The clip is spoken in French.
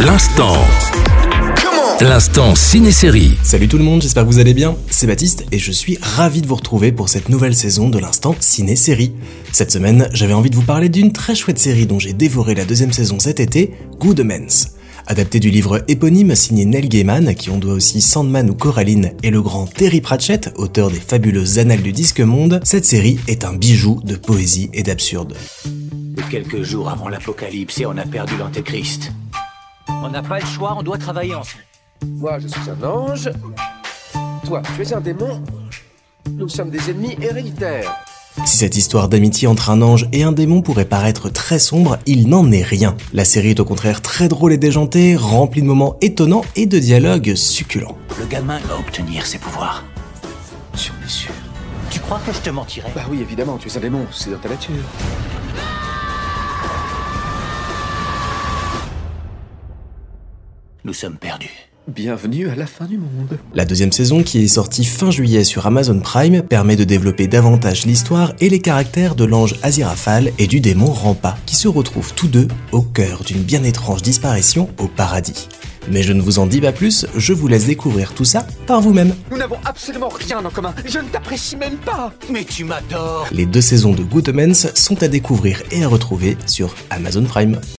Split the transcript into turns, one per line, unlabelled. L'instant. L'instant ciné-série.
Salut tout le monde, j'espère que vous allez bien. C'est Baptiste et je suis ravi de vous retrouver pour cette nouvelle saison de l'instant ciné-série. Cette semaine, j'avais envie de vous parler d'une très chouette série dont j'ai dévoré la deuxième saison cet été, Good Omens. Adapté du livre éponyme signé Neil Gaiman, à qui on doit aussi Sandman ou Coraline, et le grand Terry Pratchett, auteur des fabuleuses Annales du Disque Monde, cette série est un bijou de poésie et d'absurde.
Quelques jours avant l'apocalypse et on a perdu l'antéchrist.
On n'a pas le choix, on doit travailler ensemble.
Moi, je suis un ange. Toi, tu es un démon. Nous sommes des ennemis héréditaires.
Si cette histoire d'amitié entre un ange et un démon pourrait paraître très sombre, il n'en est rien. La série est au contraire très drôle et déjantée, remplie de moments étonnants et de dialogues succulents.
Le gamin va obtenir ses pouvoirs. Si on est sûr.
Tu crois que je te mentirais
Bah oui, évidemment, tu es un démon, c'est dans ta nature.
Nous sommes perdus.
Bienvenue à la fin du monde.
La deuxième saison, qui est sortie fin juillet sur Amazon Prime, permet de développer davantage l'histoire et les caractères de l'ange Aziraphale et du démon Rampa, qui se retrouvent tous deux au cœur d'une bien étrange disparition au paradis. Mais je ne vous en dis pas plus, je vous laisse découvrir tout ça par vous-même.
Nous n'avons absolument rien en commun. Je ne t'apprécie même pas.
Mais tu m'adores
Les deux saisons de Good Omens sont à découvrir et à retrouver sur Amazon Prime.